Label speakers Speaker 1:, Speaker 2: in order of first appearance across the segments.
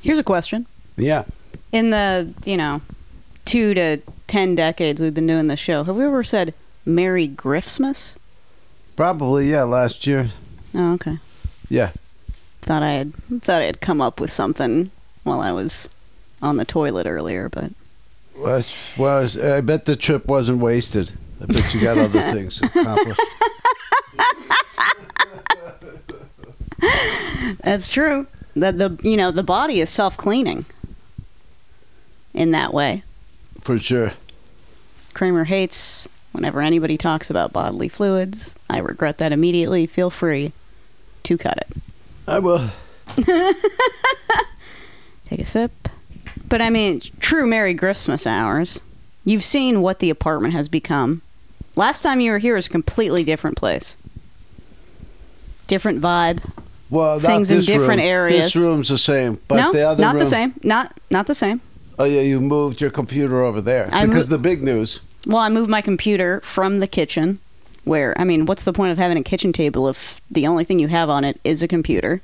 Speaker 1: Here's a question.
Speaker 2: Yeah.
Speaker 1: In the, you know, two to ten decades we've been doing this show, have we ever said Merry Griffsmas?
Speaker 2: Probably, yeah, last year.
Speaker 1: Oh, okay.
Speaker 2: Yeah.
Speaker 1: Thought I had thought I had come up with something while I was on the toilet earlier, but
Speaker 2: Well, it's- well, it's- I bet the trip wasn't wasted. I bet you got other things accomplished.
Speaker 1: that's true. That the you know, the body is self cleaning in that way.
Speaker 2: For sure.
Speaker 1: Kramer hates whenever anybody talks about bodily fluids. I regret that immediately. Feel free to cut it.
Speaker 2: I will.
Speaker 1: Take a sip. But I mean, true Merry Christmas hours. You've seen what the apartment has become. Last time you were here was a completely different place. Different vibe.
Speaker 2: Well, not
Speaker 1: Things in
Speaker 2: this
Speaker 1: different
Speaker 2: room.
Speaker 1: areas.
Speaker 2: This room's the same, but
Speaker 1: no,
Speaker 2: the other
Speaker 1: not the
Speaker 2: room-
Speaker 1: same. Not not the same.
Speaker 2: Oh yeah, you moved your computer over there
Speaker 1: I
Speaker 2: because
Speaker 1: mo-
Speaker 2: the big news.
Speaker 1: Well, I moved my computer from the kitchen, where I mean, what's the point of having a kitchen table if the only thing you have on it is a computer?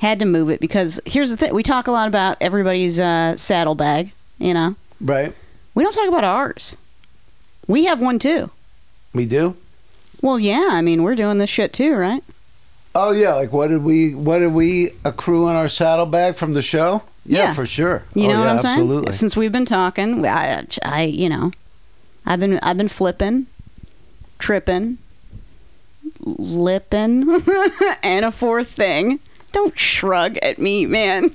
Speaker 1: Had to move it because here's the thing: we talk a lot about everybody's uh, saddlebag. You know,
Speaker 2: Right.
Speaker 1: we don't talk about ours. We have one too.
Speaker 2: We do.
Speaker 1: Well, yeah, I mean, we're doing this shit too, right?
Speaker 2: Oh yeah, like what did we what did we accrue on our saddlebag from the show? Yeah,
Speaker 1: Yeah.
Speaker 2: for sure.
Speaker 1: You know
Speaker 2: oh, yeah,
Speaker 1: what I'm saying?
Speaker 2: absolutely.
Speaker 1: Since we've been talking, I, I, you know, I've been, I've been flipping, tripping, lipping, and a fourth thing. Don't shrug at me, man.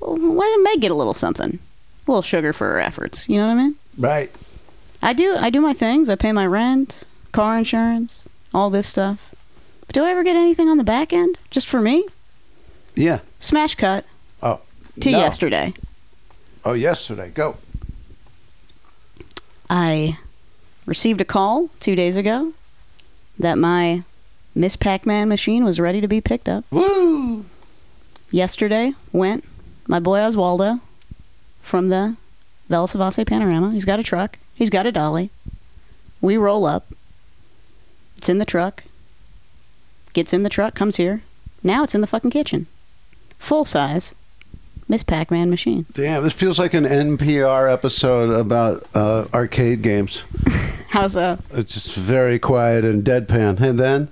Speaker 1: Why doesn't Meg get a little something? A little sugar for her efforts. You know what I mean?
Speaker 2: Right.
Speaker 1: I do, I do my things. I pay my rent, car insurance, all this stuff. But do I ever get anything on the back end just for me?
Speaker 2: Yeah.
Speaker 1: Smash cut
Speaker 2: Oh.
Speaker 1: to
Speaker 2: no.
Speaker 1: yesterday.
Speaker 2: Oh, yesterday. Go.
Speaker 1: I received a call two days ago that my Miss Pac Man machine was ready to be picked up.
Speaker 2: Woo.
Speaker 1: Yesterday went my boy Oswaldo from the Velasavase Panorama. He's got a truck, he's got a dolly. We roll up. It's in the truck. Gets in the truck, comes here. Now it's in the fucking kitchen. Full size Miss Pac Man machine.
Speaker 2: Damn, this feels like an NPR episode about uh, arcade games.
Speaker 1: How's uh, so?
Speaker 2: It's just very quiet and deadpan. And then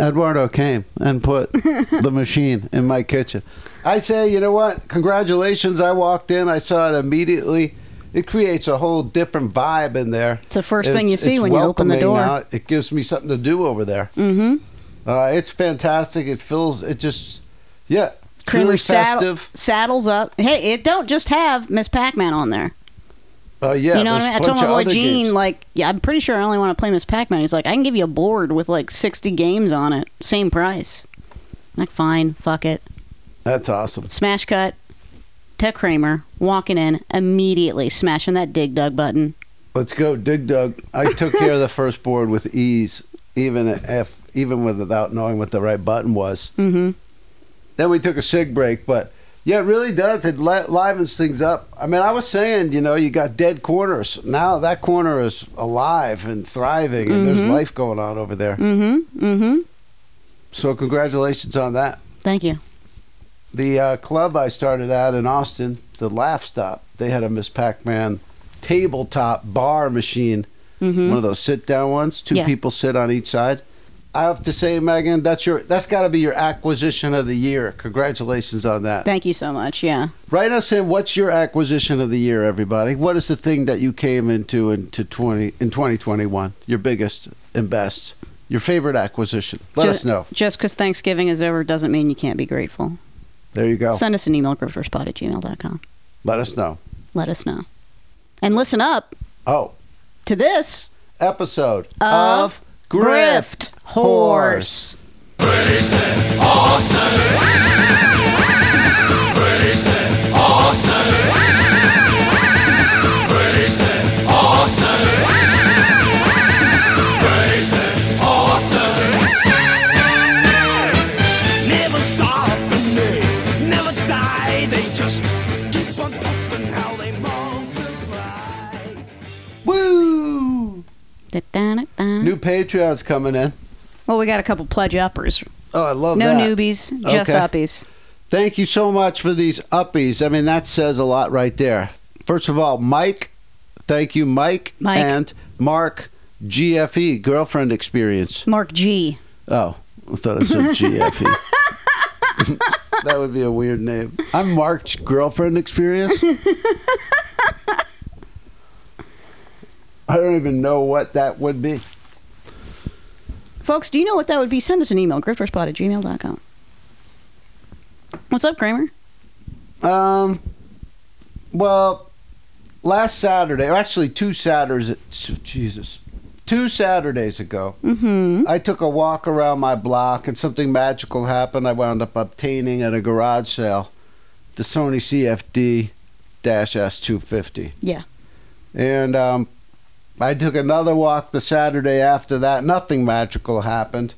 Speaker 2: Eduardo came and put the machine in my kitchen. I say, you know what? Congratulations. I walked in, I saw it immediately. It creates a whole different vibe in there.
Speaker 1: It's the first thing you see
Speaker 2: it's
Speaker 1: when you open the
Speaker 2: welcoming
Speaker 1: door.
Speaker 2: now. It gives me something to do over there.
Speaker 1: Mm-hmm.
Speaker 2: Uh, it's fantastic. It feels, it just, yeah. it's
Speaker 1: Kramer
Speaker 2: really
Speaker 1: saddle-
Speaker 2: festive.
Speaker 1: saddles up. Hey, it don't just have Miss Pac-Man on there.
Speaker 2: Oh, yeah.
Speaker 1: you know what
Speaker 2: there's
Speaker 1: I mean?
Speaker 2: a
Speaker 1: I told
Speaker 2: bunch
Speaker 1: my
Speaker 2: of
Speaker 1: boy
Speaker 2: other
Speaker 1: Gene,
Speaker 2: games.
Speaker 1: like, yeah, I'm pretty sure I only want to play Miss Pac-Man. He's like, I can give you a board with like 60 games on it, same price. I'm like, fine, fuck it.
Speaker 2: That's awesome.
Speaker 1: Smash cut to Kramer walking in immediately, smashing that dig dug button.
Speaker 2: Let's go, Dig Dug. I took care of the first board with ease, even if even without knowing what the right button was.
Speaker 1: Mm-hmm.
Speaker 2: Then we took a sig break, but yeah, it really does. It li- livens things up. I mean, I was saying, you know, you got dead corners. Now that corner is alive and thriving, and there's life going on over there.
Speaker 1: Mm-hmm. Mm-hmm.
Speaker 2: So congratulations on that.
Speaker 1: Thank you.
Speaker 2: The uh, club I started at in Austin, the Laugh Stop, they had a Miss Pac-Man tabletop bar machine
Speaker 1: Mm-hmm.
Speaker 2: one of those sit down ones. Two
Speaker 1: Yeah.
Speaker 2: people sit on each side. I have to say, Megan, that's your that's got to be your acquisition of the year. Congratulations on that.
Speaker 1: Thank you so much. Yeah.
Speaker 2: Write us in what's your acquisition of the year, everybody. What is the thing that you came into into twenty in twenty twenty one? Your biggest and best, your favorite acquisition. Let
Speaker 1: Ju-
Speaker 2: us know.
Speaker 1: Just because Thanksgiving is over doesn't mean you can't be grateful.
Speaker 2: There you go.
Speaker 1: Send us an email, grifferspot at gmail.com.
Speaker 2: Let us know.
Speaker 1: let us know. And listen up
Speaker 2: Oh,
Speaker 1: to this
Speaker 2: episode
Speaker 1: Of Grift Horse.
Speaker 3: Never stop and they never die. They just keep on pumping how they multiply.
Speaker 2: Woo! New
Speaker 1: Well,
Speaker 2: Patreon's coming in.
Speaker 1: we got a couple pledge uppers.
Speaker 2: Oh, I love
Speaker 1: No
Speaker 2: that.
Speaker 1: newbies, just
Speaker 2: Okay.
Speaker 1: uppies.
Speaker 2: Thank you so much for these uppies. I mean, that says a lot right there. First of all, Mike, thank you, Mike,
Speaker 1: Mike.
Speaker 2: and Mark, GFE, girlfriend experience.
Speaker 1: Mark G.
Speaker 2: Oh, I thought I said GFE. that would be a weird name. I'm Mark's girlfriend experience. I don't even know what that would be.
Speaker 1: Folks, do you know what that would be? Send us an email, grifterspot at gmail.com. What's up, Kramer?
Speaker 2: Um, well, last Saturday, or actually two Saturdays, Jesus, two Saturdays ago,
Speaker 1: Mm-hmm.
Speaker 2: I took a walk around my block and something magical happened. I wound up obtaining at a garage sale the Sony CFD S250.
Speaker 1: Yeah.
Speaker 2: And um, I took another walk the Saturday after that. Nothing magical happened.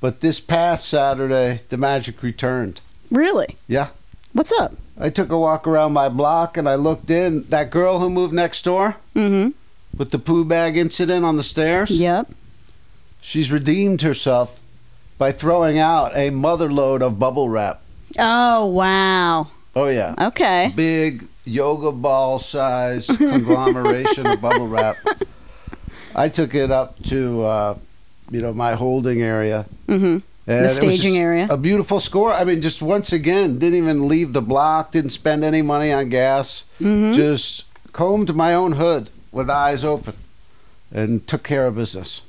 Speaker 2: But this past Saturday, the magic returned.
Speaker 1: Really?
Speaker 2: Yeah.
Speaker 1: What's up?
Speaker 2: I took a walk around my block and I looked in. That girl who moved next door
Speaker 1: Mm-hmm.
Speaker 2: with the poo bag incident on the stairs,
Speaker 1: Yep.
Speaker 2: she's redeemed herself by throwing out a mother load of bubble wrap.
Speaker 1: Oh, wow.
Speaker 2: Oh, yeah.
Speaker 1: Okay.
Speaker 2: Big yoga ball size conglomeration of bubble wrap. I took it up to, uh, you know, my holding area.
Speaker 1: Mm-hmm.
Speaker 2: And it Uh, was
Speaker 1: staging
Speaker 2: just
Speaker 1: area.
Speaker 2: A beautiful score. I mean, just once again, didn't even leave the block, didn't spend any money on gas.
Speaker 1: Mhm.
Speaker 2: Just combed my own hood with eyes open and took care of business.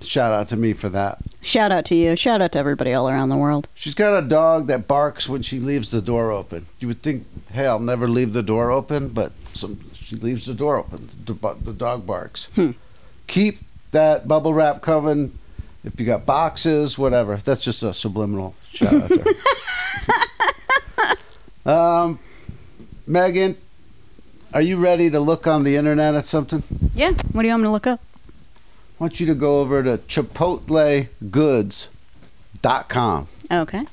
Speaker 2: Shout out to me for that.
Speaker 1: Shout out to you. Shout out to everybody all around the world.
Speaker 2: She's got a dog that barks when she leaves the door open. You would think, hey, I'll never leave the door open, but some, she leaves the door open. The, bu- the dog barks.
Speaker 1: Hmm.
Speaker 2: Keep that bubble wrap coming. If you got boxes, whatever. That's just a subliminal shout out there. um, Megan, are you ready to look on the internet at something?
Speaker 1: Yeah. What do you want me to look up?
Speaker 2: I want you to go over to chipotlegoods.com.
Speaker 1: Okay.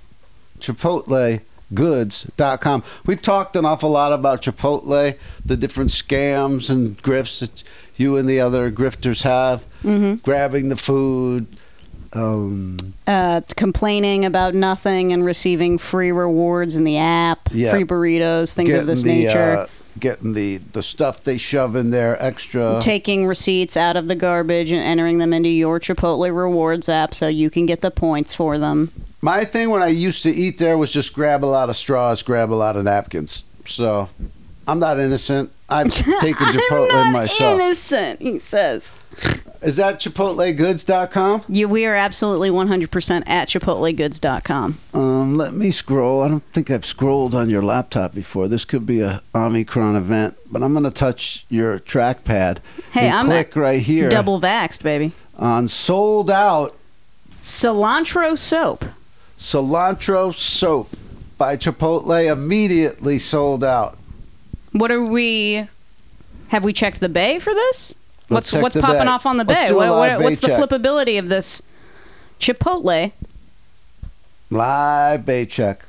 Speaker 2: ChipotleGoods.com. We've talked an awful lot about Chipotle, the different scams and grifts that you and the other grifters have,
Speaker 1: Mm-hmm.
Speaker 2: grabbing the food. Um,
Speaker 1: Uh, complaining about nothing and receiving free rewards in the app,
Speaker 2: Yeah.
Speaker 1: free burritos, things of this
Speaker 2: the,
Speaker 1: nature.
Speaker 2: uh, getting the, the stuff they shove in there extra.
Speaker 1: Taking receipts out of the garbage and entering them into your Chipotle rewards app so you can get the points for them.
Speaker 2: My thing when I used to eat there was just grab a lot of straws, grab a lot of napkins. So I'm not innocent. I've taken Chipotle
Speaker 1: I'm not
Speaker 2: myself.
Speaker 1: innocent, he says.
Speaker 2: Is that ChipotleGoods.com?
Speaker 1: You, we are absolutely 100% at ChipotleGoods.com.
Speaker 2: Um, let me scroll. I don't think I've scrolled on your laptop before. This could be a Omicron event, but I'm going to touch your trackpad
Speaker 1: Hey,
Speaker 2: and
Speaker 1: I'm
Speaker 2: click right here
Speaker 1: Double vaxxed, baby.
Speaker 2: on sold out
Speaker 1: Cilantro soap.
Speaker 2: cilantro soap by Chipotle. Immediately sold out.
Speaker 1: What are we? Have we checked the bay for this?
Speaker 2: Let's
Speaker 1: What's
Speaker 2: check
Speaker 1: what's
Speaker 2: the
Speaker 1: popping
Speaker 2: bay.
Speaker 1: off on the bay?
Speaker 2: Let's do a
Speaker 1: What,
Speaker 2: live
Speaker 1: what, what's
Speaker 2: bay
Speaker 1: the
Speaker 2: check.
Speaker 1: flippability of this Chipotle?
Speaker 2: Live bay check.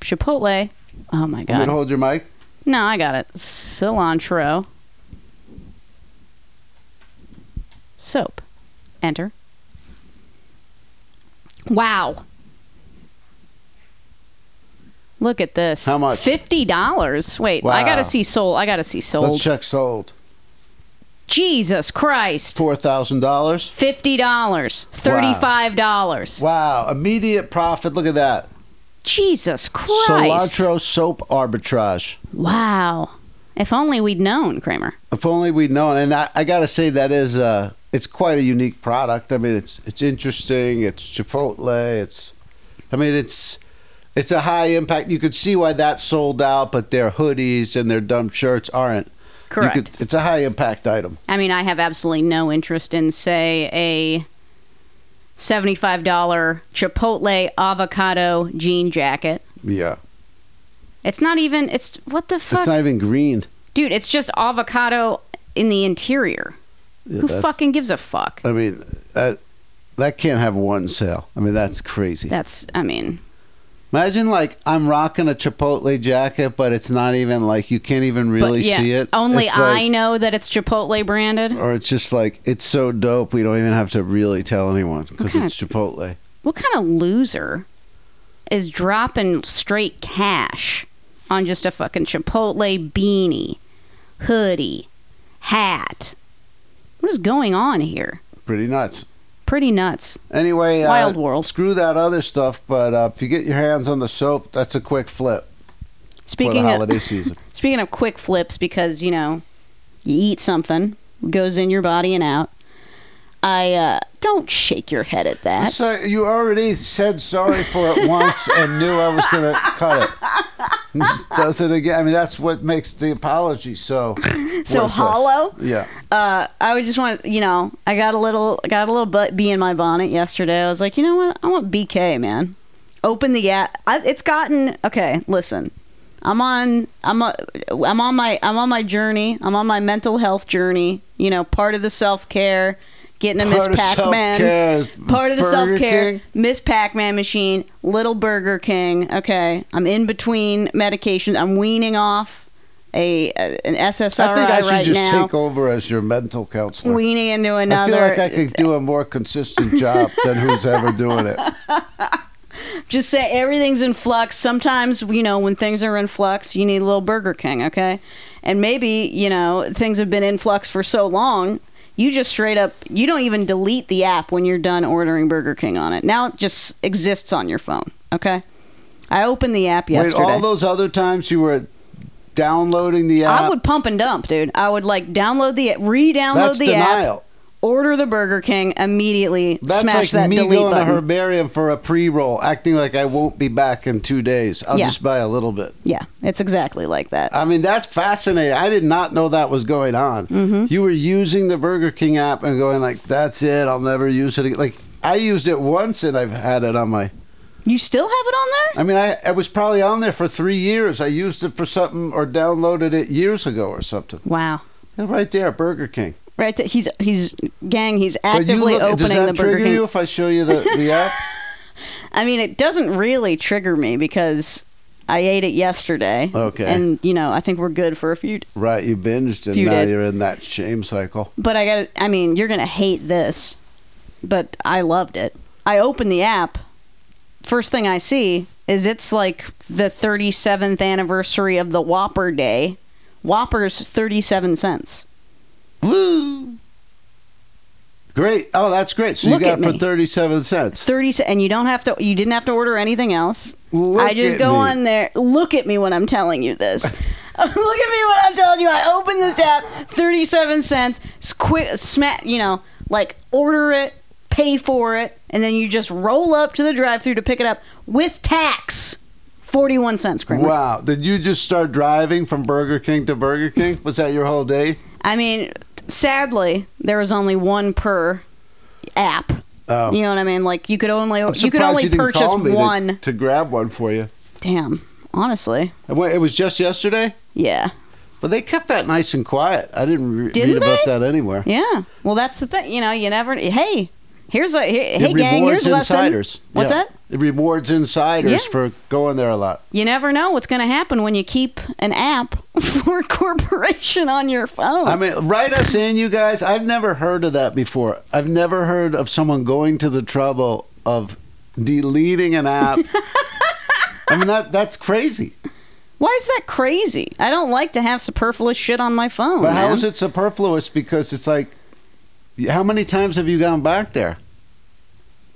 Speaker 1: Chipotle. Oh my
Speaker 2: You
Speaker 1: god!
Speaker 2: gonna hold your mic?
Speaker 1: no, I got it. Cilantro soap. Enter. Wow. Look at this.
Speaker 2: How much?
Speaker 1: Fifty dollars. Wait, I
Speaker 2: Wow.
Speaker 1: gotta see sold. I gotta see sold.
Speaker 2: Let's check sold.
Speaker 1: Jesus Christ.
Speaker 2: Four thousand dollars.
Speaker 1: Fifty dollars, thirty-five dollars.
Speaker 2: Wow! Immediate profit. Look at that.
Speaker 1: Jesus Christ!
Speaker 2: Cilantro soap arbitrage.
Speaker 1: Wow. If only we'd known, Kramer.
Speaker 2: If only we'd known. And I, I got to say that is uh, it's quite a unique product. I mean, it's it's interesting. It's Chipotle. It's, I mean, it's it's a high impact. You could see why that sold out, but their hoodies and their dumb shirts aren't. You
Speaker 1: Correct.
Speaker 2: could- it's a high impact item.
Speaker 1: I mean, I have absolutely no interest in, say, a seventy-five dollar Chipotle avocado jean jacket.
Speaker 2: Yeah,
Speaker 1: It's not even. It's what the fuck,
Speaker 2: it's not even green.
Speaker 1: dude? It's just avocado in the interior.
Speaker 2: Yeah,
Speaker 1: Who
Speaker 2: that's-
Speaker 1: fucking gives a fuck?
Speaker 2: I mean, that that can't have one sale. I mean, that's crazy.
Speaker 1: That's. I mean,
Speaker 2: Imagine like I'm rocking a Chipotle jacket, but it's not even like you can't even
Speaker 1: but
Speaker 2: really
Speaker 1: yeah,
Speaker 2: see it.
Speaker 1: Only
Speaker 2: It's
Speaker 1: I
Speaker 2: like-
Speaker 1: know that it's Chipotle branded.
Speaker 2: or it's just like it's so dope we don't even have to really tell anyone because
Speaker 1: Okay.
Speaker 2: it's Chipotle.
Speaker 1: What kind of loser is dropping straight cash on just a fucking Chipotle beanie, hoodie, hat. What is going on here?
Speaker 2: Pretty nuts.
Speaker 1: Pretty nuts.
Speaker 2: Anyway,
Speaker 1: Wild
Speaker 2: uh,
Speaker 1: world.
Speaker 2: Screw that other stuff, but uh, if you get your hands on the soap, that's a quick flip for
Speaker 1: Speaking
Speaker 2: the
Speaker 1: of
Speaker 2: holiday season.
Speaker 1: Speaking of quick flips, because you know, you eat something goes in your body and out. I uh, don't shake your head at that.
Speaker 2: So you already said sorry for it once and knew I was going to cut it. And just Does it again? I mean, that's what makes the apology so
Speaker 1: So
Speaker 2: worthless.
Speaker 1: hollow?
Speaker 2: Yeah,
Speaker 1: Uh, I would just want you know, I got a little, I got a little butt bee in my bonnet yesterday. I was like, you know what? I want BK, man. Open the app. I, it's gotten okay. Listen, I'm on, I'm, a, I'm on my, I'm on my journey. I'm on my mental health journey. You know, part of the self care, getting a Miss
Speaker 2: Part of
Speaker 1: Pac-Man.
Speaker 2: self-care is
Speaker 1: part of the
Speaker 2: Burger
Speaker 1: self care.
Speaker 2: King.
Speaker 1: Miss Pac Man machine, Little Burger King. Okay, I'm in between medications. I'm weaning off a, a- an SSRI
Speaker 2: I think I should
Speaker 1: right
Speaker 2: just
Speaker 1: now.
Speaker 2: take over as your mental counselor.
Speaker 1: weaning into another.
Speaker 2: I feel like I could do a more consistent job than who's ever doing it.
Speaker 1: just say everything's in flux. Sometimes, you know, when things are in flux, you need a little Burger King, okay? And maybe, you know, things have been in flux for so long, you just straight up, you don't even delete the app when you're done ordering Burger King on it. Now it just exists on your phone, okay? I opened the app yesterday.
Speaker 2: Wait, all those other times you were downloading the app.
Speaker 1: I would pump and dump, dude. I would like download the re-download
Speaker 2: that's
Speaker 1: the app,
Speaker 2: denial.
Speaker 1: order the Burger King, immediately
Speaker 2: That's
Speaker 1: smash
Speaker 2: like
Speaker 1: that
Speaker 2: me
Speaker 1: delete
Speaker 2: going
Speaker 1: button.
Speaker 2: to herbarium for a pre-roll, acting like I won't be back in two days. I'll
Speaker 1: Yeah.
Speaker 2: just buy a little bit.
Speaker 1: Yeah, it's exactly like that.
Speaker 2: I mean, that's fascinating. I did not know that was going on.
Speaker 1: Mm-hmm.
Speaker 2: You were using the Burger King app and going like, "That's it. I'll never use it." Again. Like I used it once and I've had it on my.
Speaker 1: you still have it on there?
Speaker 2: I mean, I, I was probably on there for three years. I used it for something or downloaded it years ago or something.
Speaker 1: Wow.
Speaker 2: Yeah, Right there, Burger King.
Speaker 1: Right, th- he's he's gang. He's
Speaker 2: But you
Speaker 1: actively
Speaker 2: look- does
Speaker 1: opening
Speaker 2: that
Speaker 1: the Burger
Speaker 2: trigger
Speaker 1: King.
Speaker 2: you if I show you the, the app?
Speaker 1: I mean, it doesn't really trigger me because I ate it yesterday.
Speaker 2: Okay.
Speaker 1: and you know, I think we're good for a few.
Speaker 2: Right, you binged and
Speaker 1: Few
Speaker 2: now
Speaker 1: days.
Speaker 2: you're in that shame cycle.
Speaker 1: But I got. to I mean, you're gonna hate this, but I loved it. I opened the app. First thing I see is it's like the 37th anniversary of the Whopper Day. Whopper's 37 cents.
Speaker 2: Woo! Great. Oh, that's great. So
Speaker 1: Look
Speaker 2: you got
Speaker 1: at
Speaker 2: it for
Speaker 1: me.
Speaker 2: 37 cents.
Speaker 1: 30 se- and you don't have to you didn't have to order anything else.
Speaker 2: Look
Speaker 1: I just
Speaker 2: at
Speaker 1: go
Speaker 2: me.
Speaker 1: on there. Look at me when I'm telling you this. Look at me when I'm telling you. I open this app, 37 cents, s- quick smack, you know, like order it, pay for it, and then you just roll up to the drive-through to pick it up with tax. 41 cents, Kramer.
Speaker 2: Wow. Did you just start driving from Burger King to Burger King? Was that your whole day?
Speaker 1: I mean, sadly, there was only one per app.
Speaker 2: Oh.
Speaker 1: You know what I mean? Like you could only
Speaker 2: I'm
Speaker 1: you could
Speaker 2: surprised
Speaker 1: only
Speaker 2: didn't
Speaker 1: purchase
Speaker 2: call me to-
Speaker 1: one.
Speaker 2: To, grab one for you.
Speaker 1: Damn. Honestly.
Speaker 2: And wait, It was just yesterday?
Speaker 1: Yeah.
Speaker 2: But they kept that nice and quiet. I didn't re-
Speaker 1: Didn't
Speaker 2: read about
Speaker 1: they?
Speaker 2: that anywhere.
Speaker 1: Yeah. Well, that's the thing. You know, you never. Hey, here's a. Here,
Speaker 2: It
Speaker 1: hey, gang.
Speaker 2: rewards
Speaker 1: Here's a lesson.
Speaker 2: insiders.
Speaker 1: What's
Speaker 2: Yeah.
Speaker 1: that?
Speaker 2: It rewards insiders
Speaker 1: Yeah.
Speaker 2: for going there a lot.
Speaker 1: You never know what's going to happen when you keep an app for a corporation on your phone.
Speaker 2: I mean, write us in, you guys. I've never heard of that before. I've never heard of someone going to the trouble of deleting an app. I mean, that that's crazy.
Speaker 1: Why is that crazy? I don't like to have superfluous shit on my phone.
Speaker 2: But how
Speaker 1: Oh, man.
Speaker 2: is it superfluous? Because it's like, how many times have you gone back there?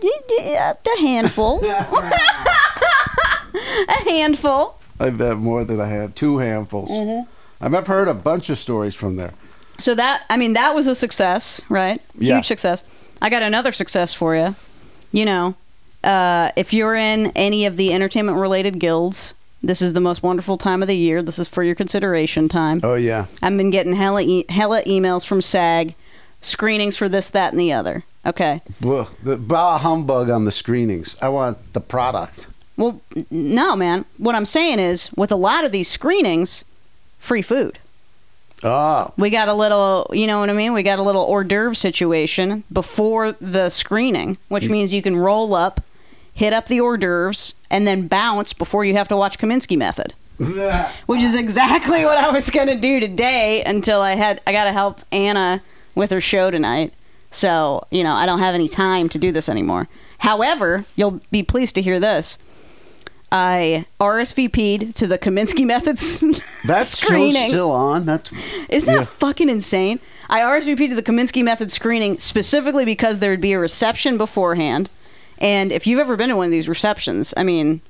Speaker 1: Y- y- uh, A handful. a handful.
Speaker 2: I bet more than I have. Two handfuls.
Speaker 1: Mm-hmm.
Speaker 2: I've I've heard a bunch of stories from there.
Speaker 1: So that I mean that was a success, right?
Speaker 2: Yeah.
Speaker 1: Huge success. I got another success for you. You know, uh, if you're in any of the entertainment related guilds, this is the most wonderful time of the year. This is for your consideration time.
Speaker 2: Oh yeah.
Speaker 1: I've been getting hella e- hella emails from SAG, screenings for this, that, and the other. Okay.
Speaker 2: Well, the bah humbug on the screenings. I want the product.
Speaker 1: Well, n- no, man. What I'm saying is, with a lot of these screenings, free food.
Speaker 2: Oh,
Speaker 1: we got a little you know what i mean we got a little hors d'oeuvre situation before the screening
Speaker 2: Mm.
Speaker 1: which means you can roll up hit up the hors d'oeuvres and then bounce before you have to watch kaminsky method which is exactly what i was going to do today until i had i got to help anna with her show tonight so you know i don't have any time to do this anymore however you'll be pleased to hear this I RSVP'd to the Kaminsky Methods
Speaker 2: That show's
Speaker 1: screening.
Speaker 2: still on. That's
Speaker 1: Isn't that
Speaker 2: Yeah.
Speaker 1: fucking insane? I RSVP'd to the Kaminsky Method screening specifically because there would be a reception beforehand. And if you've ever been to one of these receptions, I mean,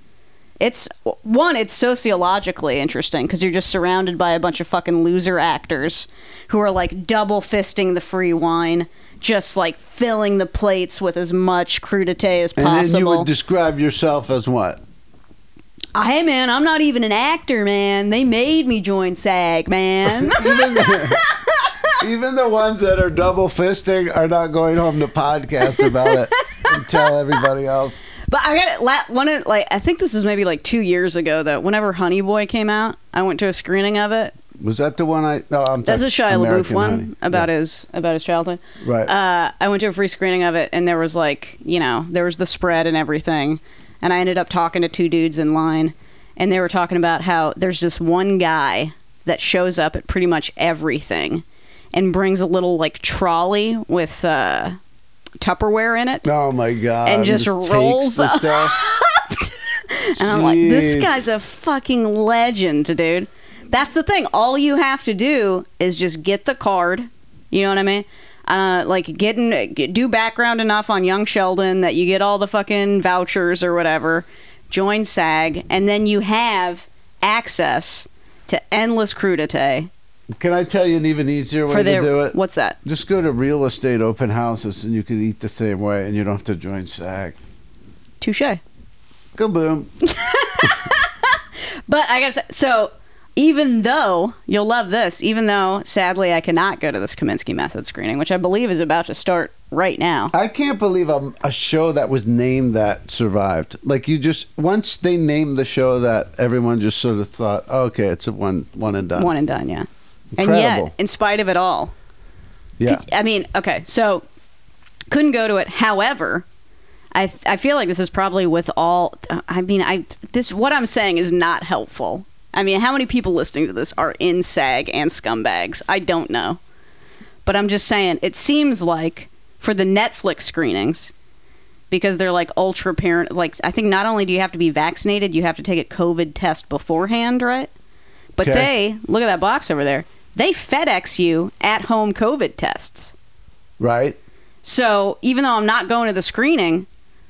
Speaker 1: it's one, it's sociologically interesting because you're just surrounded by a bunch of fucking loser actors who are like double fisting the free wine, just like filling the plates with as much crudité as
Speaker 2: and then you
Speaker 1: possible.
Speaker 2: would describe yourself as what?
Speaker 1: hey man, I'm not even an actor, man. They made me join SAG, man.
Speaker 2: Even the, even the ones that are double fisting are not going home to podcast about it and tell everybody else.
Speaker 1: But I got it. La- one of like I think this was maybe like two years ago though. Whenever Honey Boy came out, I went to a screening of it.
Speaker 2: Was that the one I? No, I'm.
Speaker 1: That's a
Speaker 2: talking-
Speaker 1: Shia LaBeouf
Speaker 2: American
Speaker 1: one
Speaker 2: Honey.
Speaker 1: about
Speaker 2: Yeah.
Speaker 1: his about his childhood.
Speaker 2: Right.
Speaker 1: Uh, I went to a free screening of it, and there was like you know there was the spread and everything, and I ended up talking to two dudes in line, and they were talking about how there's this one guy that shows up at pretty much everything, and brings a little like trolley with uh, Tupperware in it.
Speaker 2: Oh my god!
Speaker 1: and just
Speaker 2: takes
Speaker 1: rolls
Speaker 2: the
Speaker 1: up.
Speaker 2: stuff.
Speaker 1: And I'm like, this
Speaker 2: Jeez.
Speaker 1: guy's a fucking legend, dude. That's the thing. All you have to do is just get the card. You know what I mean? Uh, like getting do background enough on Young Sheldon that you get all the fucking vouchers or whatever. Join SAG, and then you have access to endless crudité
Speaker 2: Can I tell you an even easier way
Speaker 1: for
Speaker 2: to do
Speaker 1: their
Speaker 2: it?
Speaker 1: what's that?
Speaker 2: Just go to real estate open houses, and you can eat the same way, and you don't have to join SAG.
Speaker 1: Touche.
Speaker 2: Kaboom!
Speaker 1: But I gotta say, so even though you'll love this, even though sadly I cannot go to this Kaminsky method screening, which I believe is about to start right now.
Speaker 2: I can't believe a, a show that was named that survived. Like you just once they named the show that, everyone just sort of thought, oh, okay, it's a one one and done.
Speaker 1: One and done, yeah. And
Speaker 2: Incredible.
Speaker 1: yet, in spite of it all,
Speaker 2: yeah.
Speaker 1: I mean, okay, so couldn't go to it. However, I I feel like this is probably with all. I mean, I this what I'm saying is not helpful. I mean, how many people listening to this are in SAG and scumbags? I don't know, but I'm just saying it seems like for the Netflix screenings because they're like ultra parent. Like I think not only do you have to be vaccinated, you have to take a COVID test beforehand, right? But
Speaker 2: Okay.
Speaker 1: they look at that box over there. They FedEx you at home COVID tests.
Speaker 2: Right.
Speaker 1: So even though I'm not going to the screening,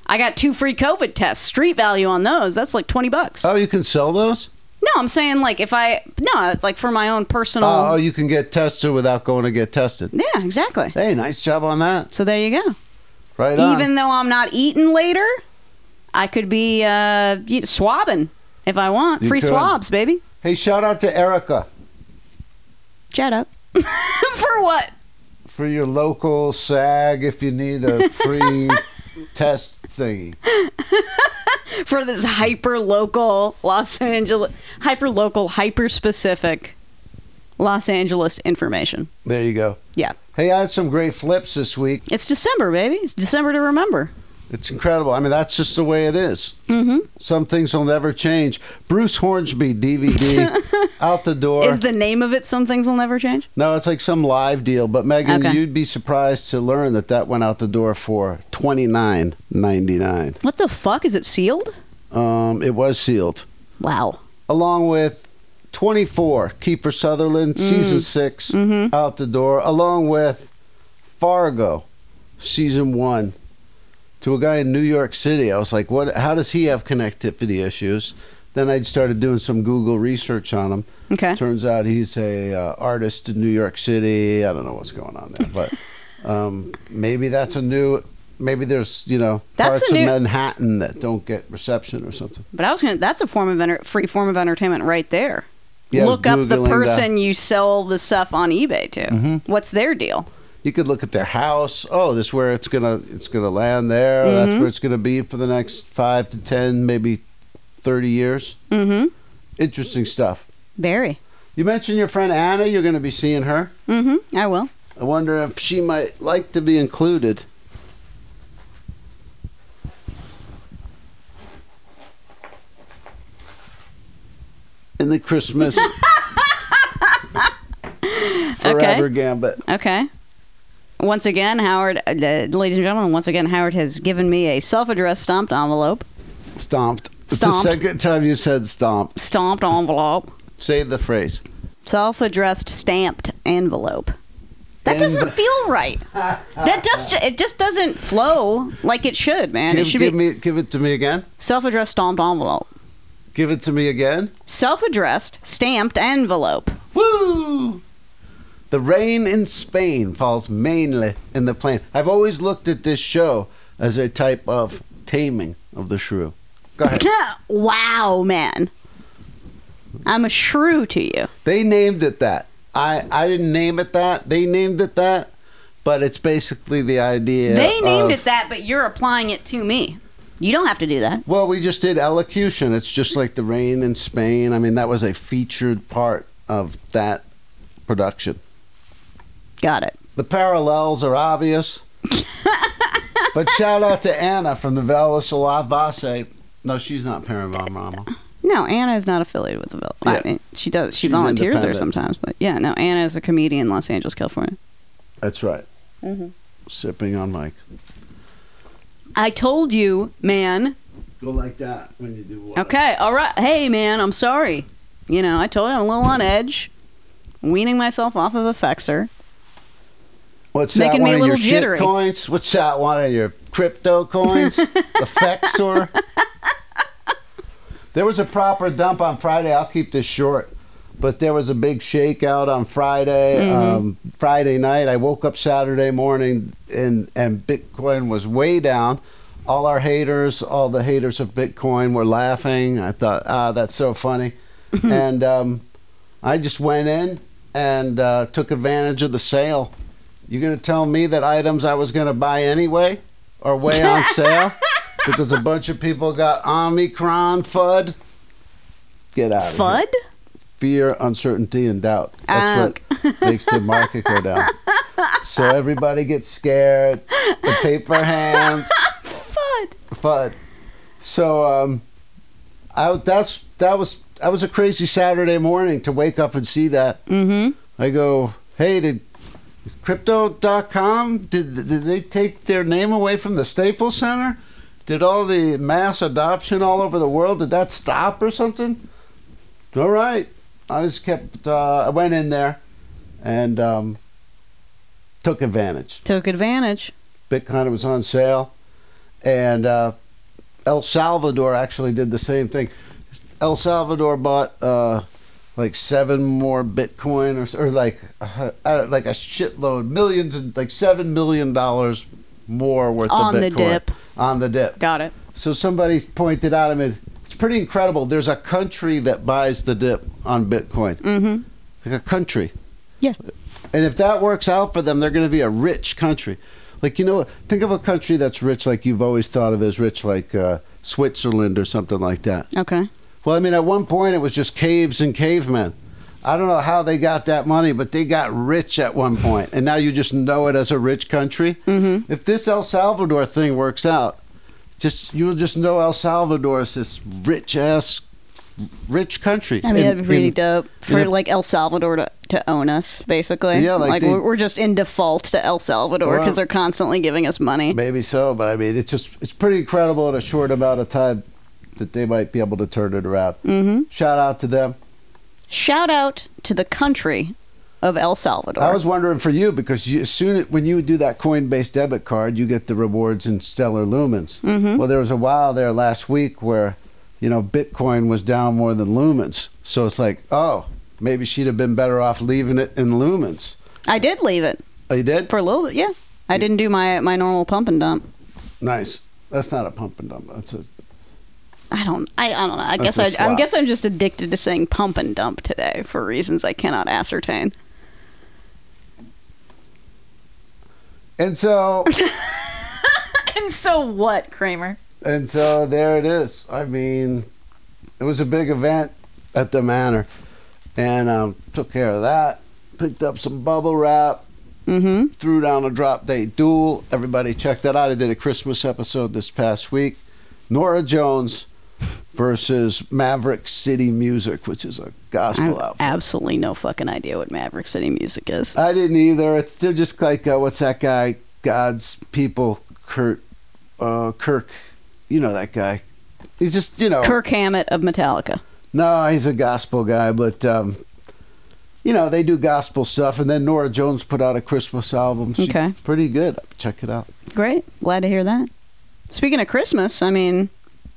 Speaker 1: I got two free COVID tests. Street value on those. That's like twenty bucks.
Speaker 2: Oh, you can sell those.
Speaker 1: no, I'm saying like if I no like for my own personal.
Speaker 2: Oh, you can get tested without going to get tested.
Speaker 1: yeah, exactly.
Speaker 2: Hey, nice job on that.
Speaker 1: So there you go.
Speaker 2: Right on.
Speaker 1: Even though I'm not eating later, I could be uh, y- swabbing if I want.
Speaker 2: You
Speaker 1: free
Speaker 2: could.
Speaker 1: swabs, baby.
Speaker 2: Hey, shout out to Erica
Speaker 1: Chat up. for what?
Speaker 2: for your local SAG if you need a free test thingy.
Speaker 1: For this hyper local Los Angeles, hyper local, hyper specific Los Angeles information.
Speaker 2: There you go.
Speaker 1: Yeah.
Speaker 2: Hey, I had some great flips this week.
Speaker 1: It's December, baby. It's December to remember.
Speaker 2: It's incredible. I mean, that's just the way it is.
Speaker 1: Mm-hmm.
Speaker 2: Some things will never change. Bruce Hornsby DVD out the door.
Speaker 1: Is the name of it "Some Things Will Never Change"?
Speaker 2: no, it's like some live deal. But Megan,
Speaker 1: Okay.
Speaker 2: you'd be surprised to learn that that went out the door for twenty nine ninety nine.
Speaker 1: What the fuck is it sealed?
Speaker 2: Um, it was sealed.
Speaker 1: Wow.
Speaker 2: along with 24 Kiefer
Speaker 1: Mm.
Speaker 2: Sutherland season 6
Speaker 1: Mm-hmm.
Speaker 2: out the door along with Fargo season 1 to a guy in New York City I was like what how does he have connectivity issues then I started doing some Google research on him
Speaker 1: Okay.
Speaker 2: turns out he's a uh, artist in New York City I don't know what's going on there but um, maybe that's a new maybe there's you know
Speaker 1: That's
Speaker 2: parts
Speaker 1: a new-
Speaker 2: of Manhattan that don't get reception or something
Speaker 1: But I was gonna. That's a form of enter- free form of entertainment right there.
Speaker 2: Yeah, I was
Speaker 1: Look up the
Speaker 2: Googling that.
Speaker 1: person you sell the stuff on eBay to.
Speaker 2: Mm-hmm.
Speaker 1: What's their deal?
Speaker 2: you could look at their house. Oh, this is where it's gonna it's gonna land there.
Speaker 1: Mm-hmm.
Speaker 2: That's where it's gonna be for the next five to ten, maybe thirty years.
Speaker 1: Mm-hmm.
Speaker 2: Interesting stuff.
Speaker 1: Very.
Speaker 2: You mentioned your friend Anna. You're gonna be seeing her.
Speaker 1: Mm-hmm. I will.
Speaker 2: I wonder if she might like to be included. In the Christmas Forever Gambit.
Speaker 1: Okay. Once again, Howard, uh, ladies and gentlemen, once again, Howard has given me a self-addressed stamped envelope
Speaker 2: Stomped. It's
Speaker 1: Stomped.
Speaker 2: the second time you said stomp.
Speaker 1: Stomped envelope.
Speaker 2: Say the phrase.
Speaker 1: Self addressed stamped envelope. That
Speaker 2: Env-
Speaker 1: doesn't feel right. That just it just doesn't flow like it should, man.
Speaker 2: Give,
Speaker 1: it should
Speaker 2: give
Speaker 1: be
Speaker 2: me, give it to me again.
Speaker 1: self addressed stamped envelope.
Speaker 2: Give it to me again.
Speaker 1: Self addressed stamped envelope.
Speaker 2: Woo! The rain in Spain falls mainly in the plain. I've always looked at this show as a type of taming of the shrew. Go ahead.
Speaker 1: wow, man. I'm a shrew to you.
Speaker 2: They named it that. I I didn't name it that. They named it that. But it's basically the idea.
Speaker 1: they named
Speaker 2: of-
Speaker 1: it that, but you're applying it to me. You don't have to do that.
Speaker 2: Well, we just did elocution. It's just like the rain in Spain. I mean, that was a featured part of that production.
Speaker 1: Got it.
Speaker 2: The parallels are obvious. but shout out to Anna from the Vela Vase. No, she's not Paramount Mama.
Speaker 1: No, Anna is not affiliated with the Villa.
Speaker 2: Yeah.
Speaker 1: I mean, she does. She
Speaker 2: She's
Speaker 1: volunteers there
Speaker 2: independent.
Speaker 1: sometimes, but yeah, no, Anna is a comedian in Los Angeles, California.
Speaker 2: That's right. Sipping on mic.
Speaker 1: I told you, man.
Speaker 2: Go like that when you do what?
Speaker 1: Okay, all right. Hey, man, I'm sorry. You know, I told you I'm a little on edge, weaning myself off of Effexor.
Speaker 2: What's that,
Speaker 1: Making
Speaker 2: one
Speaker 1: me a
Speaker 2: of
Speaker 1: little
Speaker 2: your shit
Speaker 1: jittery.
Speaker 2: coins? What's that, one of your crypto coins? the Fexor? There was a proper dump on Friday. I'll keep this short. But there was a big shakeout on Friday.
Speaker 1: Mm-hmm.
Speaker 2: Um, Friday night, I woke up Saturday morning, and and Bitcoin was way down. All our haters, all the haters of Bitcoin, were laughing. I thought, ah, that's so funny. and um, I just went in and uh, took advantage of the sale. You're gonna tell me that items I was gonna buy anyway are way on sale because a bunch of people got Omicron FUD. Get out of here
Speaker 1: Fud?
Speaker 2: fear, uncertainty, and doubt. That's what makes the market go down. So everybody gets scared, the paper hands,
Speaker 1: Fud.
Speaker 2: FUD. So um, I that's that was that was a crazy Saturday morning to wake up and see that.
Speaker 1: Mm-hmm.
Speaker 2: I go, hey, did crypto.com did did they take their name away from the Staples Center? Did all the mass adoption all over the world did that stop or something? All right, I just kept. Uh, I went in there and um, took advantage.
Speaker 1: Took advantage.
Speaker 2: Bitcoin was on sale, and uh, El Salvador actually did the same thing. El Salvador bought uh, like seven more Bitcoin, or, or like uh, uh, like a shitload, millions, and like seven million dollars more worth
Speaker 1: On
Speaker 2: of
Speaker 1: the
Speaker 2: Bitcoin
Speaker 1: dip.
Speaker 2: on the dip.
Speaker 1: Got it.
Speaker 2: So somebody pointed out I mean, it's pretty incredible. There's a country that buys the dip on Bitcoin,
Speaker 1: Mm-hmm.
Speaker 2: like a country.
Speaker 1: Yeah.
Speaker 2: And if that works out for them, they're going to be a rich country. Like, you know, think of a country that's rich like you've always thought of as rich, like uh, Switzerland or something like that.
Speaker 1: Okay.
Speaker 2: Well, I mean, at one point it was just caves and cavemen. I don't know how they got that money, but they got rich at one point, and now you just know it as a rich country. Mm-hmm. If this El Salvador thing works out, just you'll just know El Salvador is this rich ass, rich country.
Speaker 1: I mean,
Speaker 2: In-
Speaker 1: that'd be pretty
Speaker 2: in-
Speaker 1: dope for
Speaker 2: in a-
Speaker 1: like El Salvador to, to own us, basically.
Speaker 2: Yeah, like they-
Speaker 1: we're, we're just in default to El Salvador because
Speaker 2: Well-
Speaker 1: they're constantly giving us money.
Speaker 2: Maybe so, but I mean, it's just it's pretty incredible in a short amount of time that they might be able to turn it around. Mm-hmm. Shout out to them.
Speaker 1: Shout out to the country of El Salvador.
Speaker 2: I was wondering for you because you, as soon as, when you do that Coinbase debit card, you get the rewards in stellar lumens. Mm-hmm. Well, there was a while there last week where you know Bitcoin was down more than lumens, so it's like, oh, maybe she'd have been better off leaving it in lumens.
Speaker 1: I did leave it
Speaker 2: Oh, you did?
Speaker 1: for a little bit. Yeah, I didn't do my my normal pump and dump.
Speaker 2: Nice. That's not a pump and dump. That's a
Speaker 1: I don't. I, I don't know. I
Speaker 2: That's
Speaker 1: guess
Speaker 2: a
Speaker 1: I, I
Speaker 2: swap.
Speaker 1: guess I'm just addicted to saying pump and dump today for reasons I cannot ascertain.
Speaker 2: and so
Speaker 1: And so what, Kramer?
Speaker 2: And so there it is. I mean, it was a big event at the manor, and um, took care of that. Picked up some bubble wrap,
Speaker 1: Mm-hmm.
Speaker 2: threw down a drop day duel. Everybody check that out. I did a Christmas episode this past week. Nora Jones versus Maverick City Music, which is a
Speaker 1: I
Speaker 2: gospel
Speaker 1: have
Speaker 2: outfit.
Speaker 1: absolutely no fucking idea what Maverick City Music is.
Speaker 2: I didn't either. It's they're just like uh, what's that guy? God's people, Kurt, uh, Kirk. You know that guy, He's just, you know,
Speaker 1: Kirk Hammett of Metallica.
Speaker 2: no, he's a gospel guy, but um, you know they do gospel stuff. And then Nora Jones put out a Christmas album. She's
Speaker 1: Okay.
Speaker 2: pretty good. Check it out.
Speaker 1: Great. Glad to hear that. Speaking of Christmas, I mean,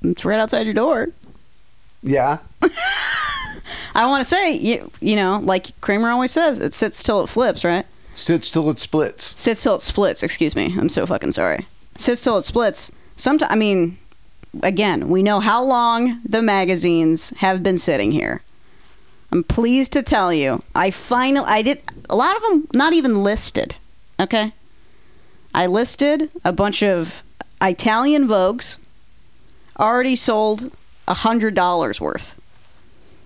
Speaker 1: it's right outside your door.
Speaker 2: Yeah,
Speaker 1: I want to say, you, you know, like Kramer always says, it sits till it flips, right?
Speaker 2: sits till it splits.
Speaker 1: Sits till it splits. Excuse me. I'm so fucking sorry. Sits till it splits. Sometimes, I mean, again, we know how long the magazines have been sitting here. I'm pleased to tell you, I finally, I did a lot of them not even listed. Okay, I listed a bunch of Italian Vogues, already sold a hundred dollars worth.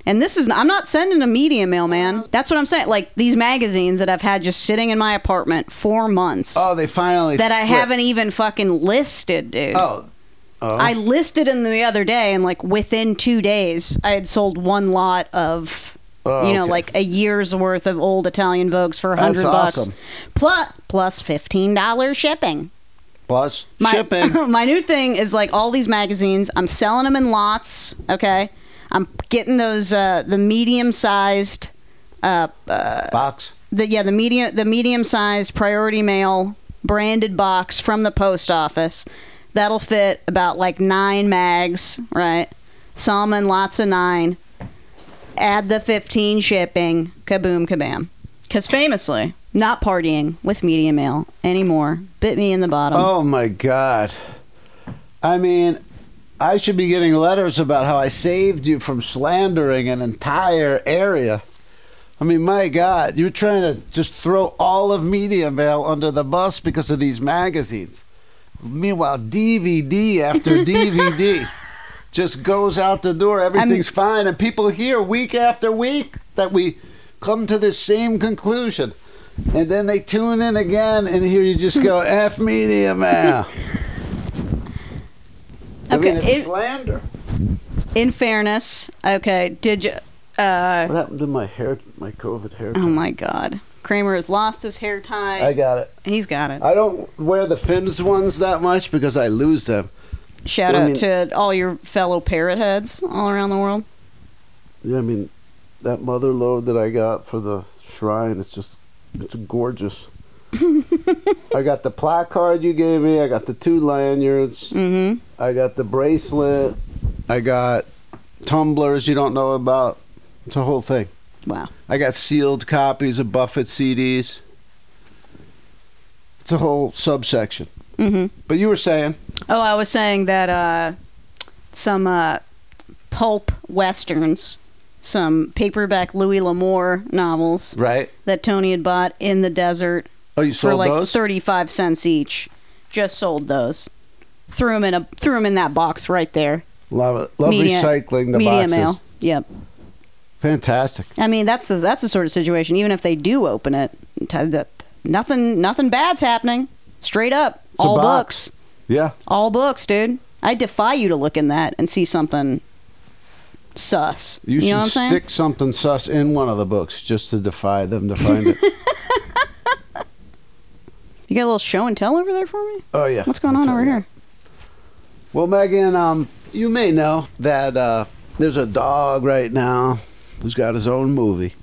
Speaker 1: And this is, I'm not sending a media mail, man. That's what I'm saying. Like these magazines that I've had just sitting in my apartment for months
Speaker 2: Oh, they finally
Speaker 1: that I
Speaker 2: flip.
Speaker 1: haven't even fucking listed, dude.
Speaker 2: Oh, oh,
Speaker 1: I listed them the other day, and like within two days, I had sold one lot of,
Speaker 2: Oh,
Speaker 1: you know,
Speaker 2: okay.
Speaker 1: like a year's worth of old Italian Vogues for a
Speaker 2: That's
Speaker 1: hundred bucks,
Speaker 2: awesome.
Speaker 1: plus plus fifteen dollars shipping.
Speaker 2: plus
Speaker 1: My,
Speaker 2: shipping.
Speaker 1: my new thing is like all these magazines. I'm selling them in lots. Okay, I'm getting those uh, the medium sized, uh,
Speaker 2: box.
Speaker 1: the yeah the medium the medium sized priority mail branded box from the post office that'll fit about like nine mags right some and lots of nine add the 15 shipping kaboom kabam because famously not partying with media mail anymore bit me in the bottom
Speaker 2: Oh my god. I mean, I should be getting letters about how I saved you from slandering an entire area. I mean, my god, you're trying to just throw all of media mail under the bus because of these magazines. Meanwhile, DVD after DVD just goes out the door. Everything's fine, and people hear week after week that we come to this same conclusion, and then they tune in again, and here you just go f media man. I
Speaker 1: Okay,
Speaker 2: mean, it's
Speaker 1: it-
Speaker 2: slander.
Speaker 1: in fairness okay did you uh
Speaker 2: What happened to my hair? My COVID hair?
Speaker 1: oh my god kramer has lost his hair tie
Speaker 2: I got it.
Speaker 1: he's got it
Speaker 2: I don't wear the fins ones that much because I lose them.
Speaker 1: Shout
Speaker 2: I
Speaker 1: out
Speaker 2: mean-
Speaker 1: to all your fellow parrot heads all around the world.
Speaker 2: Yeah, I mean, that mother load that I got for the shrine, it's just, it's gorgeous. I got the placard you gave me. I got the two lanyards.
Speaker 1: Mm-hmm.
Speaker 2: I got the bracelet. I got tumblers you don't know about. It's a whole thing.
Speaker 1: Wow.
Speaker 2: I got sealed copies of Buffett CDs. It's a whole subsection.
Speaker 1: Mm-hmm.
Speaker 2: But you were saying,
Speaker 1: Oh, I was saying that uh, some uh, pulp westerns, some paperback Louis L'Amour novels
Speaker 2: right?
Speaker 1: that Tony had bought in the desert
Speaker 2: Oh, you
Speaker 1: for
Speaker 2: sold
Speaker 1: like
Speaker 2: those?
Speaker 1: thirty-five cents each. Just sold those. Threw them in a threw 'em in that box right there.
Speaker 2: Love it. Love
Speaker 1: Media-
Speaker 2: recycling the
Speaker 1: Media
Speaker 2: boxes.
Speaker 1: mail. Yep.
Speaker 2: Fantastic.
Speaker 1: I mean, that's the, that's the sort of situation. Even if they do open it, t- that nothing nothing bad's happening. Straight up,
Speaker 2: a
Speaker 1: all
Speaker 2: box.
Speaker 1: books,
Speaker 2: Yeah.
Speaker 1: all books, dude. I defy you to look in that and see something sus.
Speaker 2: You,
Speaker 1: You,
Speaker 2: should
Speaker 1: know what I'm saying?
Speaker 2: stick something sus in one of the books just to defy them to find it.
Speaker 1: You got a little show and tell over there for me.
Speaker 2: Oh yeah.
Speaker 1: What's going
Speaker 2: That's
Speaker 1: on
Speaker 2: all
Speaker 1: over
Speaker 2: right.
Speaker 1: here?
Speaker 2: Well, Megan, um, you may know that uh, there's a dog right now who's got his own movie,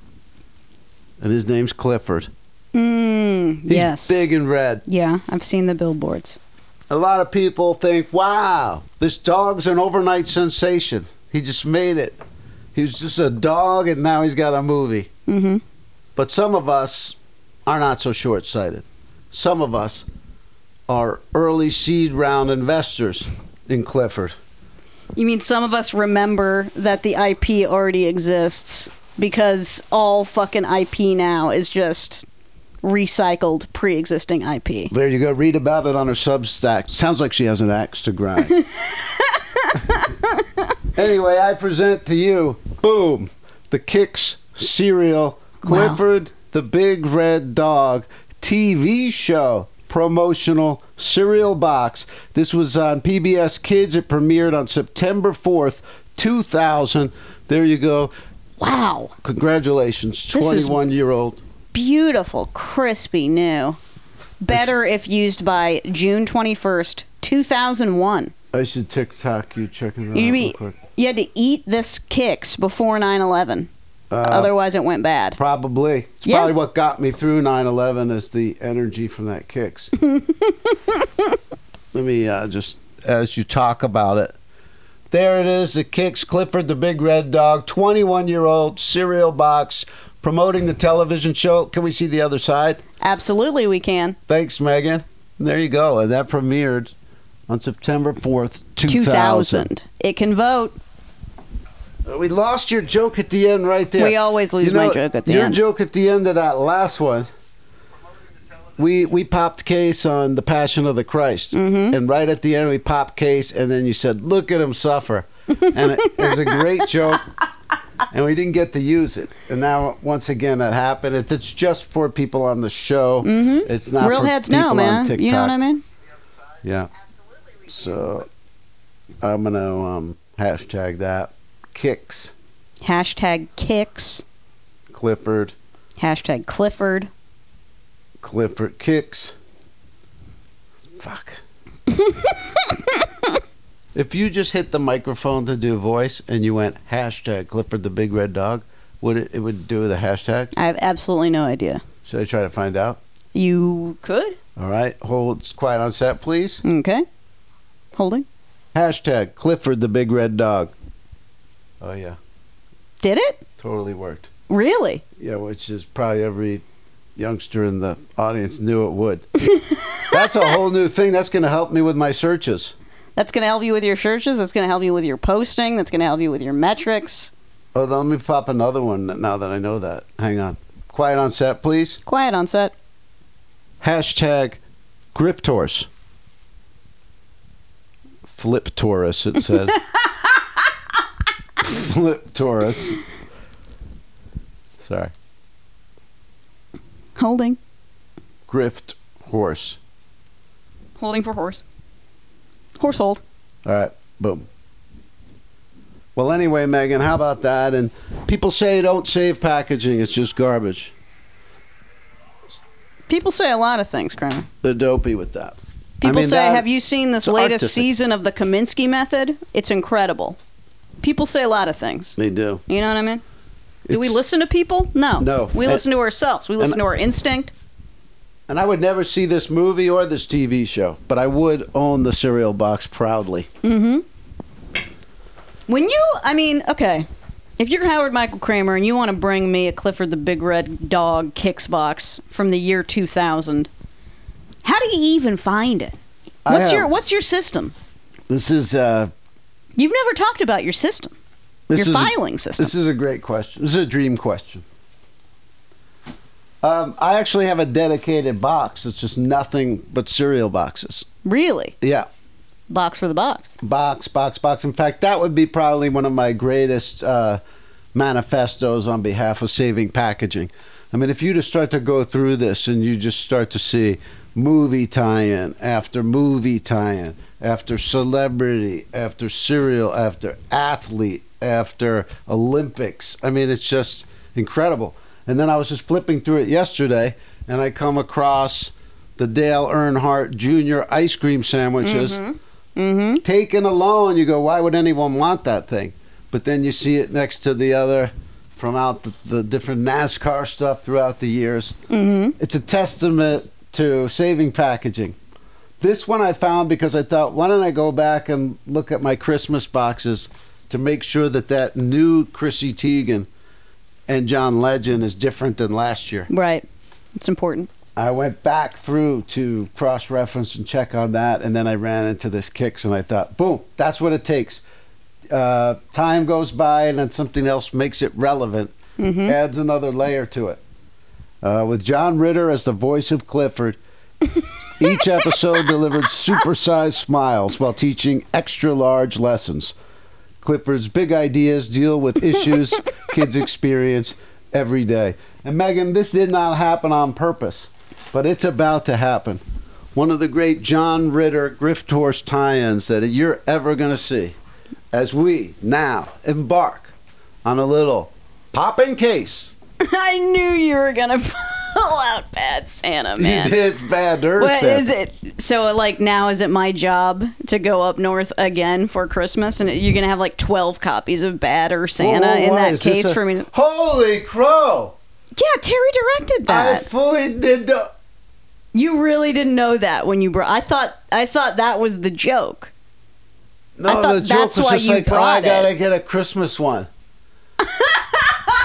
Speaker 2: and his name's Clifford.
Speaker 1: Mm,
Speaker 2: He's
Speaker 1: yes.
Speaker 2: big and red.
Speaker 1: Yeah, I've seen the billboards.
Speaker 2: A lot of people think, "Wow, this dog's an overnight sensation. He just made it. He was just a dog, and now he's got a movie."
Speaker 1: Mm-hmm.
Speaker 2: But some of us are not so short sighted. Some of us are early seed round investors in Clifford.
Speaker 1: You mean some of us remember that the IP already exists because all fucking IP now is just recycled pre existing IP.
Speaker 2: There you go. Read about it on her Substack. Sounds like she has an axe to grind. anyway, I present to you, boom, the Kicks cereal, Clifford the Big Red Dog TV show promotional cereal box. This was on PBS Kids. It premiered on September 4th, 2000. There you go.
Speaker 1: Wow.
Speaker 2: Congratulations,
Speaker 1: This is-
Speaker 2: 21 year old.
Speaker 1: Beautiful, crispy new. Better if used by June 21st, 2001.
Speaker 2: I should TikTok you checking that
Speaker 1: You
Speaker 2: out
Speaker 1: mean-
Speaker 2: real quick.
Speaker 1: You had to eat this kicks before 9 11.
Speaker 2: Uh,
Speaker 1: Otherwise, it went bad.
Speaker 2: Probably. It's
Speaker 1: Yeah.
Speaker 2: probably what got me through 9 11 is the energy from that kicks. Let me uh, just, as you talk about it, there it is the kicks. Clifford the Big Red Dog, 21 year old cereal box, promoting the television show. Can we see the other side?
Speaker 1: Absolutely, we can.
Speaker 2: Thanks, Megan. There you go. And that premiered on September 4th, 2000.
Speaker 1: 2000. It can vote.
Speaker 2: Uh, We lost your joke at the end right there.
Speaker 1: We always lose
Speaker 2: You know,
Speaker 1: my joke at the
Speaker 2: your
Speaker 1: end.
Speaker 2: joke at the end of that last one. We we popped case on the Passion of the Christ,
Speaker 1: Mm-hmm.
Speaker 2: and right at the end we popped case, and then you said, "Look at him suffer," and it, it was a great joke, and we didn't get to use it. And now once again that happened. It's, it's just for people on the show. Mm-hmm. It's not
Speaker 1: Real
Speaker 2: for
Speaker 1: heads
Speaker 2: people
Speaker 1: know,
Speaker 2: on
Speaker 1: man. You know
Speaker 2: TikTok.
Speaker 1: what I mean?
Speaker 2: Yeah. So I'm gonna um, hashtag that kicks
Speaker 1: Hashtag kicks.
Speaker 2: Clifford.
Speaker 1: Hashtag Clifford.
Speaker 2: Clifford kicks. Fuck. if you just hit the microphone to do voice and you went hashtag Clifford the Big Red Dog, would it, it would do the hashtag?
Speaker 1: I have absolutely no idea.
Speaker 2: Should I try to find out?
Speaker 1: You could.
Speaker 2: All right, hold quiet on set, please.
Speaker 1: Okay. Holding.
Speaker 2: Hashtag Clifford the Big Red Dog. Oh yeah,
Speaker 1: Did it?
Speaker 2: totally worked.
Speaker 1: Really?
Speaker 2: Yeah, which is probably every youngster in the audience knew it would. That's a whole new thing. That's going to help me with my searches.
Speaker 1: That's going to help you with your searches. That's going to help you with your posting. That's going to help you with your metrics.
Speaker 2: Oh, let me pop another one now that I know that. Hang on. Quiet on set, please.
Speaker 1: Quiet on set.
Speaker 2: Hashtag Griftors. Flip Taurus, it said. Flip Taurus. Sorry.
Speaker 1: Holding.
Speaker 2: Grift Horse.
Speaker 1: Holding for horse. Horse hold.
Speaker 2: All right, boom. Well, anyway, Megan, how about that? And people say don't save packaging; it's just garbage.
Speaker 1: People say a lot of things, Kramer.
Speaker 2: They're dopey with that.
Speaker 1: People
Speaker 2: I mean,
Speaker 1: say,
Speaker 2: that-
Speaker 1: "Have you seen this
Speaker 2: it's
Speaker 1: latest
Speaker 2: artistic.
Speaker 1: season of the Kaminsky Method? It's incredible." People say a lot of things.
Speaker 2: They do.
Speaker 1: You know what I mean? Do we
Speaker 2: It's-
Speaker 1: listen to people? No.
Speaker 2: No.
Speaker 1: We
Speaker 2: And-
Speaker 1: listen to ourselves. We listen to our instinct.
Speaker 2: And I would never see this movie or this TV show, but I would own the cereal box proudly.
Speaker 1: Mm-hmm. When you, I mean, okay, if you're Howard Michael Kramer and you want to bring me a Clifford the Big Red Dog kicks box from the year 2000, how do you even find it?
Speaker 2: I
Speaker 1: What's
Speaker 2: have-
Speaker 1: your What's your system?
Speaker 2: This is uh,
Speaker 1: You've never talked about your system,
Speaker 2: this
Speaker 1: your
Speaker 2: is a-
Speaker 1: filing system.
Speaker 2: This is a great question. This is a dream question. Um, I actually have a dedicated box. It's just nothing but cereal boxes.
Speaker 1: really,
Speaker 2: Yeah.
Speaker 1: box for the box.
Speaker 2: box, box, box. In fact, that would be probably one of my greatest uh, manifestos on behalf of saving packaging. I mean, if you just start to go through this and you just start to see movie tie-in after movie tie-in after celebrity after cereal after athlete after Olympics. I mean, it's just incredible. And then I was just flipping through it yesterday, and I come across the Dale Earnhardt Jr. ice cream sandwiches
Speaker 1: Mm-hmm.
Speaker 2: taken alone, you go, why would anyone want that thing? But then you see it next to the other from out the, the different NASCAR stuff throughout the years.
Speaker 1: Mm-hmm.
Speaker 2: It's a testament to saving packaging. This one I found because I thought, why don't I go back and look at my Christmas boxes to make sure that that new Chrissy Teigen and John Legend is different than last year.
Speaker 1: Right. It's important.
Speaker 2: I went back through to cross reference and check on that, and then I ran into this kicks, and I thought, boom, that's what it takes. Uh, time goes by, and then something else makes it relevant,
Speaker 1: Mhm.
Speaker 2: adds another layer to it. Uh, with John Ritter as the voice of Clifford, each episode delivered supersized smiles while teaching extra large lessons. Clifford's big ideas deal with issues kids experience every day. And Megan, this did not happen on purpose, but it's about to happen. One of the great John Ritter Grift Horse tie ins that you're ever going to see as we now embark on a little popping case
Speaker 1: I knew you were gonna. all out bad Santa,
Speaker 2: You
Speaker 1: Oh, man.
Speaker 2: did badder.
Speaker 1: What
Speaker 2: Santa.
Speaker 1: is it? So, like, now is it my job to go up north again for Christmas? And you're going to have like 12 copies of Bad or Santa
Speaker 2: Whoa, whoa,
Speaker 1: in
Speaker 2: "Oh, why
Speaker 1: that
Speaker 2: is this
Speaker 1: case
Speaker 2: a-
Speaker 1: for me to.
Speaker 2: Holy crow!
Speaker 1: Yeah, Terry directed that.
Speaker 2: I fully did the.
Speaker 1: You really didn't know that when you brought. I thought I thought that was the joke.
Speaker 2: No,
Speaker 1: I thought
Speaker 2: the joke
Speaker 1: that's
Speaker 2: was
Speaker 1: why
Speaker 2: just
Speaker 1: you
Speaker 2: like, oh,
Speaker 1: brought
Speaker 2: I
Speaker 1: it."
Speaker 2: gotta get a Christmas one.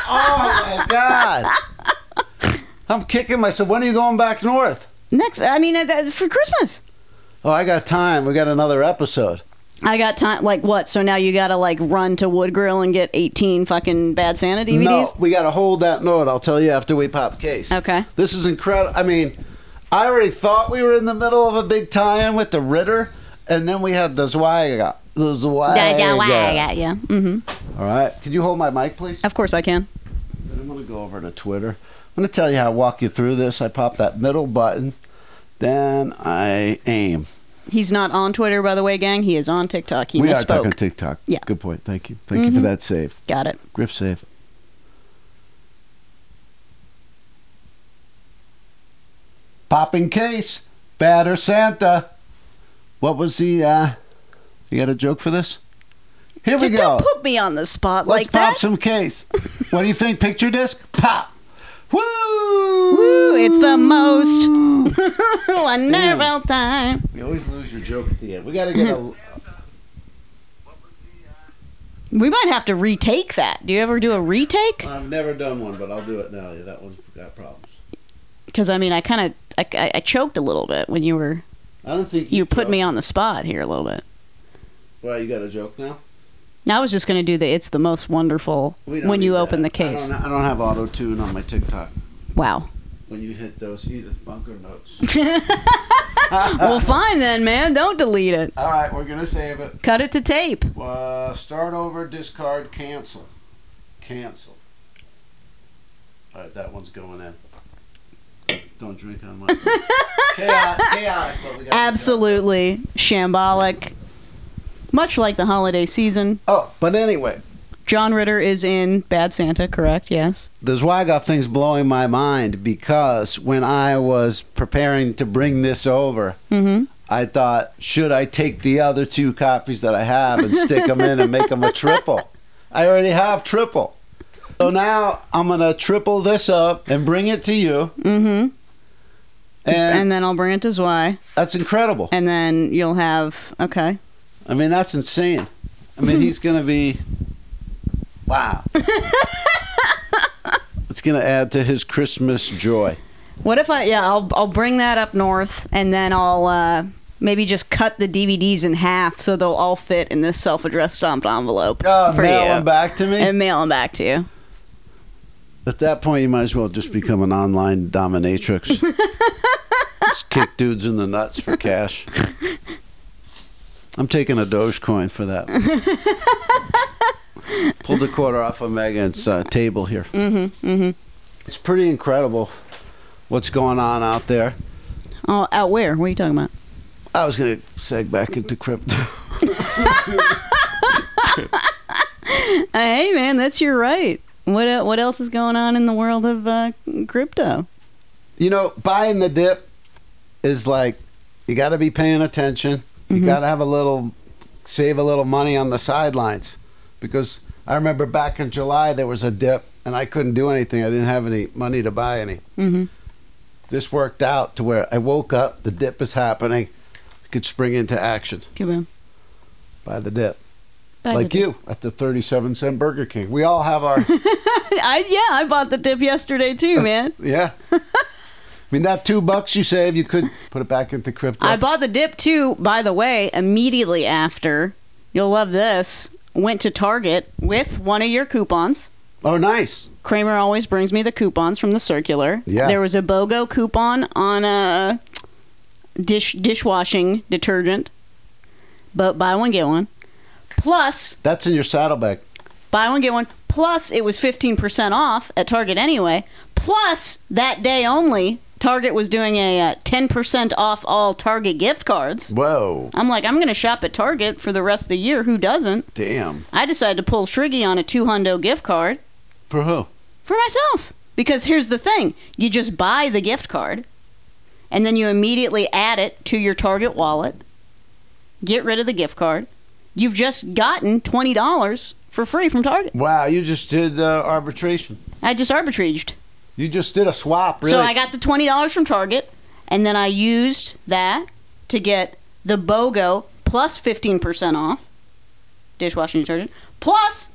Speaker 2: oh my god! I'm kicking myself. When are you going back north?
Speaker 1: Next, I mean, uh, that- for Christmas,
Speaker 2: Oh, I got time. We got another episode.
Speaker 1: I got time. Like what? So now you got to like run to Wood Grill and get eighteen fucking Bad Santa
Speaker 2: No,
Speaker 1: DVDs.
Speaker 2: we gotta hold that note. I'll tell you after we pop case.
Speaker 1: Okay.
Speaker 2: This is incredible. I mean, I already thought we were in the middle of a big tie-in with the Ritter, and then we had the Zweiga. The
Speaker 1: Yeah, yeah, why,
Speaker 2: Zweiga.
Speaker 1: yeah, yeah. hmm
Speaker 2: All right. Can you hold my mic, please?
Speaker 1: Of course I can.
Speaker 2: I'm going to go over to Twitter. I'm going to tell you how I walk you through this. I pop that middle button, then I aim.
Speaker 1: He's not on Twitter, by the way, gang. He is on TikTok. He
Speaker 2: we are talking
Speaker 1: misspoke.
Speaker 2: TikTok.
Speaker 1: Yeah. Mm-hmm.
Speaker 2: Good point. Thank you. Thank you for that save.
Speaker 1: got it.
Speaker 2: Griff save. Popping case. Batter Santa. What was the. Uh, you got a joke for this? Here we
Speaker 1: Just
Speaker 2: go.
Speaker 1: Don't put me on the spot
Speaker 2: Let's
Speaker 1: like
Speaker 2: pop
Speaker 1: that.
Speaker 2: some case. what do you think? Picture disc? Pop. Woo!
Speaker 1: Woo, it's the most wonderful time.
Speaker 2: We always lose your joke at the end. We got to get a.
Speaker 1: We might have to retake that. Do you ever do a retake?
Speaker 2: I've never done one, but I'll do it now. Yeah, that one's got problems.
Speaker 1: Because I mean, I kind of I, I- I choked a little bit when you were
Speaker 2: I don't think
Speaker 1: you put
Speaker 2: joke.
Speaker 1: me on the spot here a little bit.
Speaker 2: Well, you got a joke now.
Speaker 1: Now I was just gonna do the it's the most wonderful
Speaker 2: We don't
Speaker 1: when
Speaker 2: need
Speaker 1: you
Speaker 2: that.
Speaker 1: open the
Speaker 2: I
Speaker 1: case.
Speaker 2: don't, I don't have auto tune on my TikTok.
Speaker 1: Wow.
Speaker 2: When you hit those Edith Bunker notes. Uh,
Speaker 1: well, fine then, man. Don't delete it.
Speaker 2: All right, we're gonna save it.
Speaker 1: Cut it to tape.
Speaker 2: Uh, start over, discard, cancel, cancel. All right, that one's going in. Don't drink on my. chaotic, chaotic, but we got the joke.
Speaker 1: Absolutely shambolic. Much like the holiday season,
Speaker 2: Oh, but anyway,
Speaker 1: John Ritter is in Bad Santa, correct? Yes.
Speaker 2: the Zweigoff thing's blowing my mind because when I was preparing to bring this over,
Speaker 1: Mm-hmm.
Speaker 2: I thought, should I take the other two copies that I have and stick them in and make them a triple? I already have triple. So now I'm going to triple this up and bring it to you.
Speaker 1: Mm-hmm.
Speaker 2: And,
Speaker 1: And then I'll bring it to Zwei,
Speaker 2: that's incredible.
Speaker 1: and then you'll have okay.
Speaker 2: I mean, that's insane. I mean, he's going to be. Wow. it's going to add to his Christmas joy.
Speaker 1: What if I? Yeah, I'll I'll bring that up north, and then I'll uh, maybe just cut the DVDs in half so they'll all fit in this self-addressed stamped envelope
Speaker 2: Oh,
Speaker 1: for
Speaker 2: mail
Speaker 1: you,
Speaker 2: them back to me?
Speaker 1: and mail them back to you.
Speaker 2: At that point, you might as well just become an online dominatrix. just kick dudes in the nuts for cash. I'm taking a Dogecoin for that. Pulled a quarter off of Megan's uh, table here. Mm-hmm, mm-hmm. It's pretty incredible what's going on out there.
Speaker 1: Oh, out where? What are you talking about?
Speaker 2: I was going to seg back into crypto.
Speaker 1: Uh, hey, man, that's your right. What el- what else is going on in the world of uh, crypto?
Speaker 2: you know, buying the dip is like you got to be paying attention. You
Speaker 1: Mm-hmm.
Speaker 2: got to have a little, save a little money on the sidelines, because I remember back in July there was a dip and I couldn't do anything. I didn't have any money to buy any.
Speaker 1: Mhm.
Speaker 2: This worked out to where I woke up, the dip is happening, I could spring into action
Speaker 1: Come on.
Speaker 2: by the dip,
Speaker 1: Buy the
Speaker 2: like
Speaker 1: dip.
Speaker 2: you at the thirty-seven cent Burger King. We all have our
Speaker 1: I yeah, I bought the dip yesterday too, man.
Speaker 2: yeah. I mean that two bucks you save, you could put it back into crypto.
Speaker 1: I bought the dip too, by the way, immediately after. You'll love this. Went to Target with one of your coupons.
Speaker 2: oh, nice.
Speaker 1: Kramer always brings me the coupons from the circular.
Speaker 2: Yeah.
Speaker 1: There was a BOGO coupon on a dish dishwashing detergent, but buy one get one. Plus,
Speaker 2: That's in your saddlebag.
Speaker 1: buy one get one. Plus, it was fifteen percent off at Target anyway. Plus, that day only, Target was doing a uh, ten percent off all Target gift cards.
Speaker 2: Whoa,
Speaker 1: I'm like, I'm gonna shop at Target for the rest of the year. Who doesn't?
Speaker 2: damn.
Speaker 1: I decided to pull Shriggy on a two hundo gift card
Speaker 2: For who?
Speaker 1: for myself. Because here's the thing you just buy the gift card, and then you immediately add it to your Target wallet, get rid of the gift card. You've just gotten $20 for free from Target.
Speaker 2: Wow, you just did uh, arbitration.
Speaker 1: I just arbitraged.
Speaker 2: You just did a swap, really.
Speaker 1: So I got the $20 from Target, and then I used that to get the BOGO plus 15% off dishwashing detergent, plus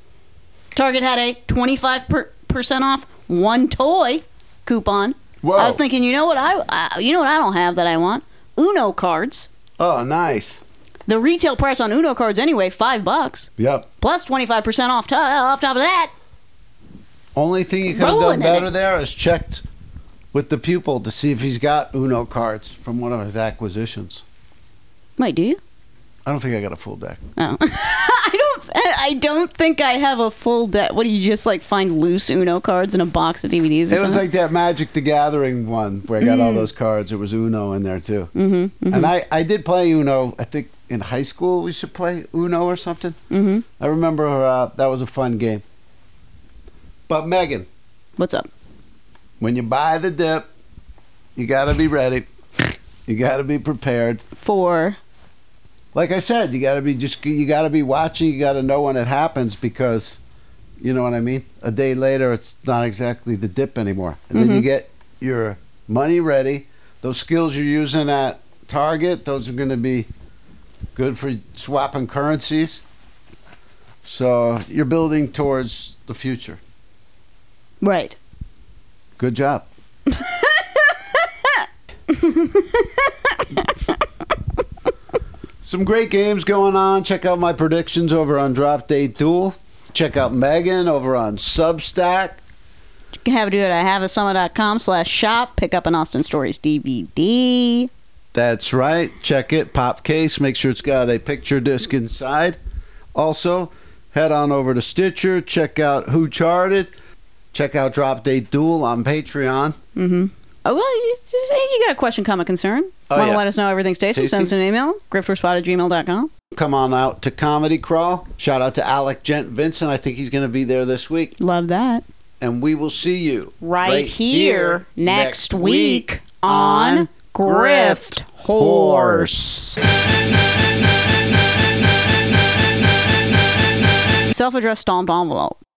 Speaker 1: Target had a 25% off one toy coupon.
Speaker 2: Whoa.
Speaker 1: I was thinking, you know what I, I you know what I don't have that I want? Uno cards.
Speaker 2: oh, nice.
Speaker 1: The retail price on Uno cards anyway, 5 bucks,
Speaker 2: Yep.
Speaker 1: plus 25% off to, off top of that.
Speaker 2: Only thing you could have
Speaker 1: Rolling
Speaker 2: done
Speaker 1: in
Speaker 2: better
Speaker 1: it.
Speaker 2: there is checked with the pupil to see if he's got Uno cards from one of his acquisitions.
Speaker 1: Wait, do you?
Speaker 2: I don't think I got a full deck.
Speaker 1: Oh. I don't I I don't think I have a full deck. What do you just like find loose Uno cards in a box of DVDs or
Speaker 2: It
Speaker 1: something?
Speaker 2: was like that Magic the Gathering one where I got
Speaker 1: Mm.
Speaker 2: all those cards. There was Uno in there too. Mm-hmm, And I, I did play Uno. I think in high school we should play Uno or something.
Speaker 1: Mhm.
Speaker 2: I remember uh, that was a fun game. But Megan,
Speaker 1: What's up?
Speaker 2: when you buy the dip, you got to be ready. You got to be prepared.
Speaker 1: For
Speaker 2: Like I said, you got to be just you got to be watching. You got to know when it happens because you know what I mean? A day later, it's not exactly the dip anymore. And then you get your money ready. Those skills you're using at Target, those are going to be good for swapping currencies. So you're building towards the future.
Speaker 1: right.
Speaker 2: Good job. Some great games going on. Check out my predictions over on Drop Date Duel. Check out Megan over on Substack.
Speaker 1: Have a do it. I have a summit.com slash shop. Pick up an Austin Stories DVD.
Speaker 2: That's right. Check it. Pop case. Make sure it's got a picture disc inside. Also, head on over to Stitcher. Check out Who Charted. Check out Drop Date Duel on Patreon.
Speaker 1: Oh, well, you, you- you got a question, comment, concern.
Speaker 2: Oh,
Speaker 1: Want to
Speaker 2: yeah.
Speaker 1: let us know everything, Stacy? Send us an email, griftworspot at gmail.com.
Speaker 2: come on out to Comedy Crawl. Shout out to Alec Gent Vincent. I think he's going to be there this week.
Speaker 1: Love that.
Speaker 2: And we will see you
Speaker 1: Right, here, next week, on Grift Horse. Self addressed stomped envelope.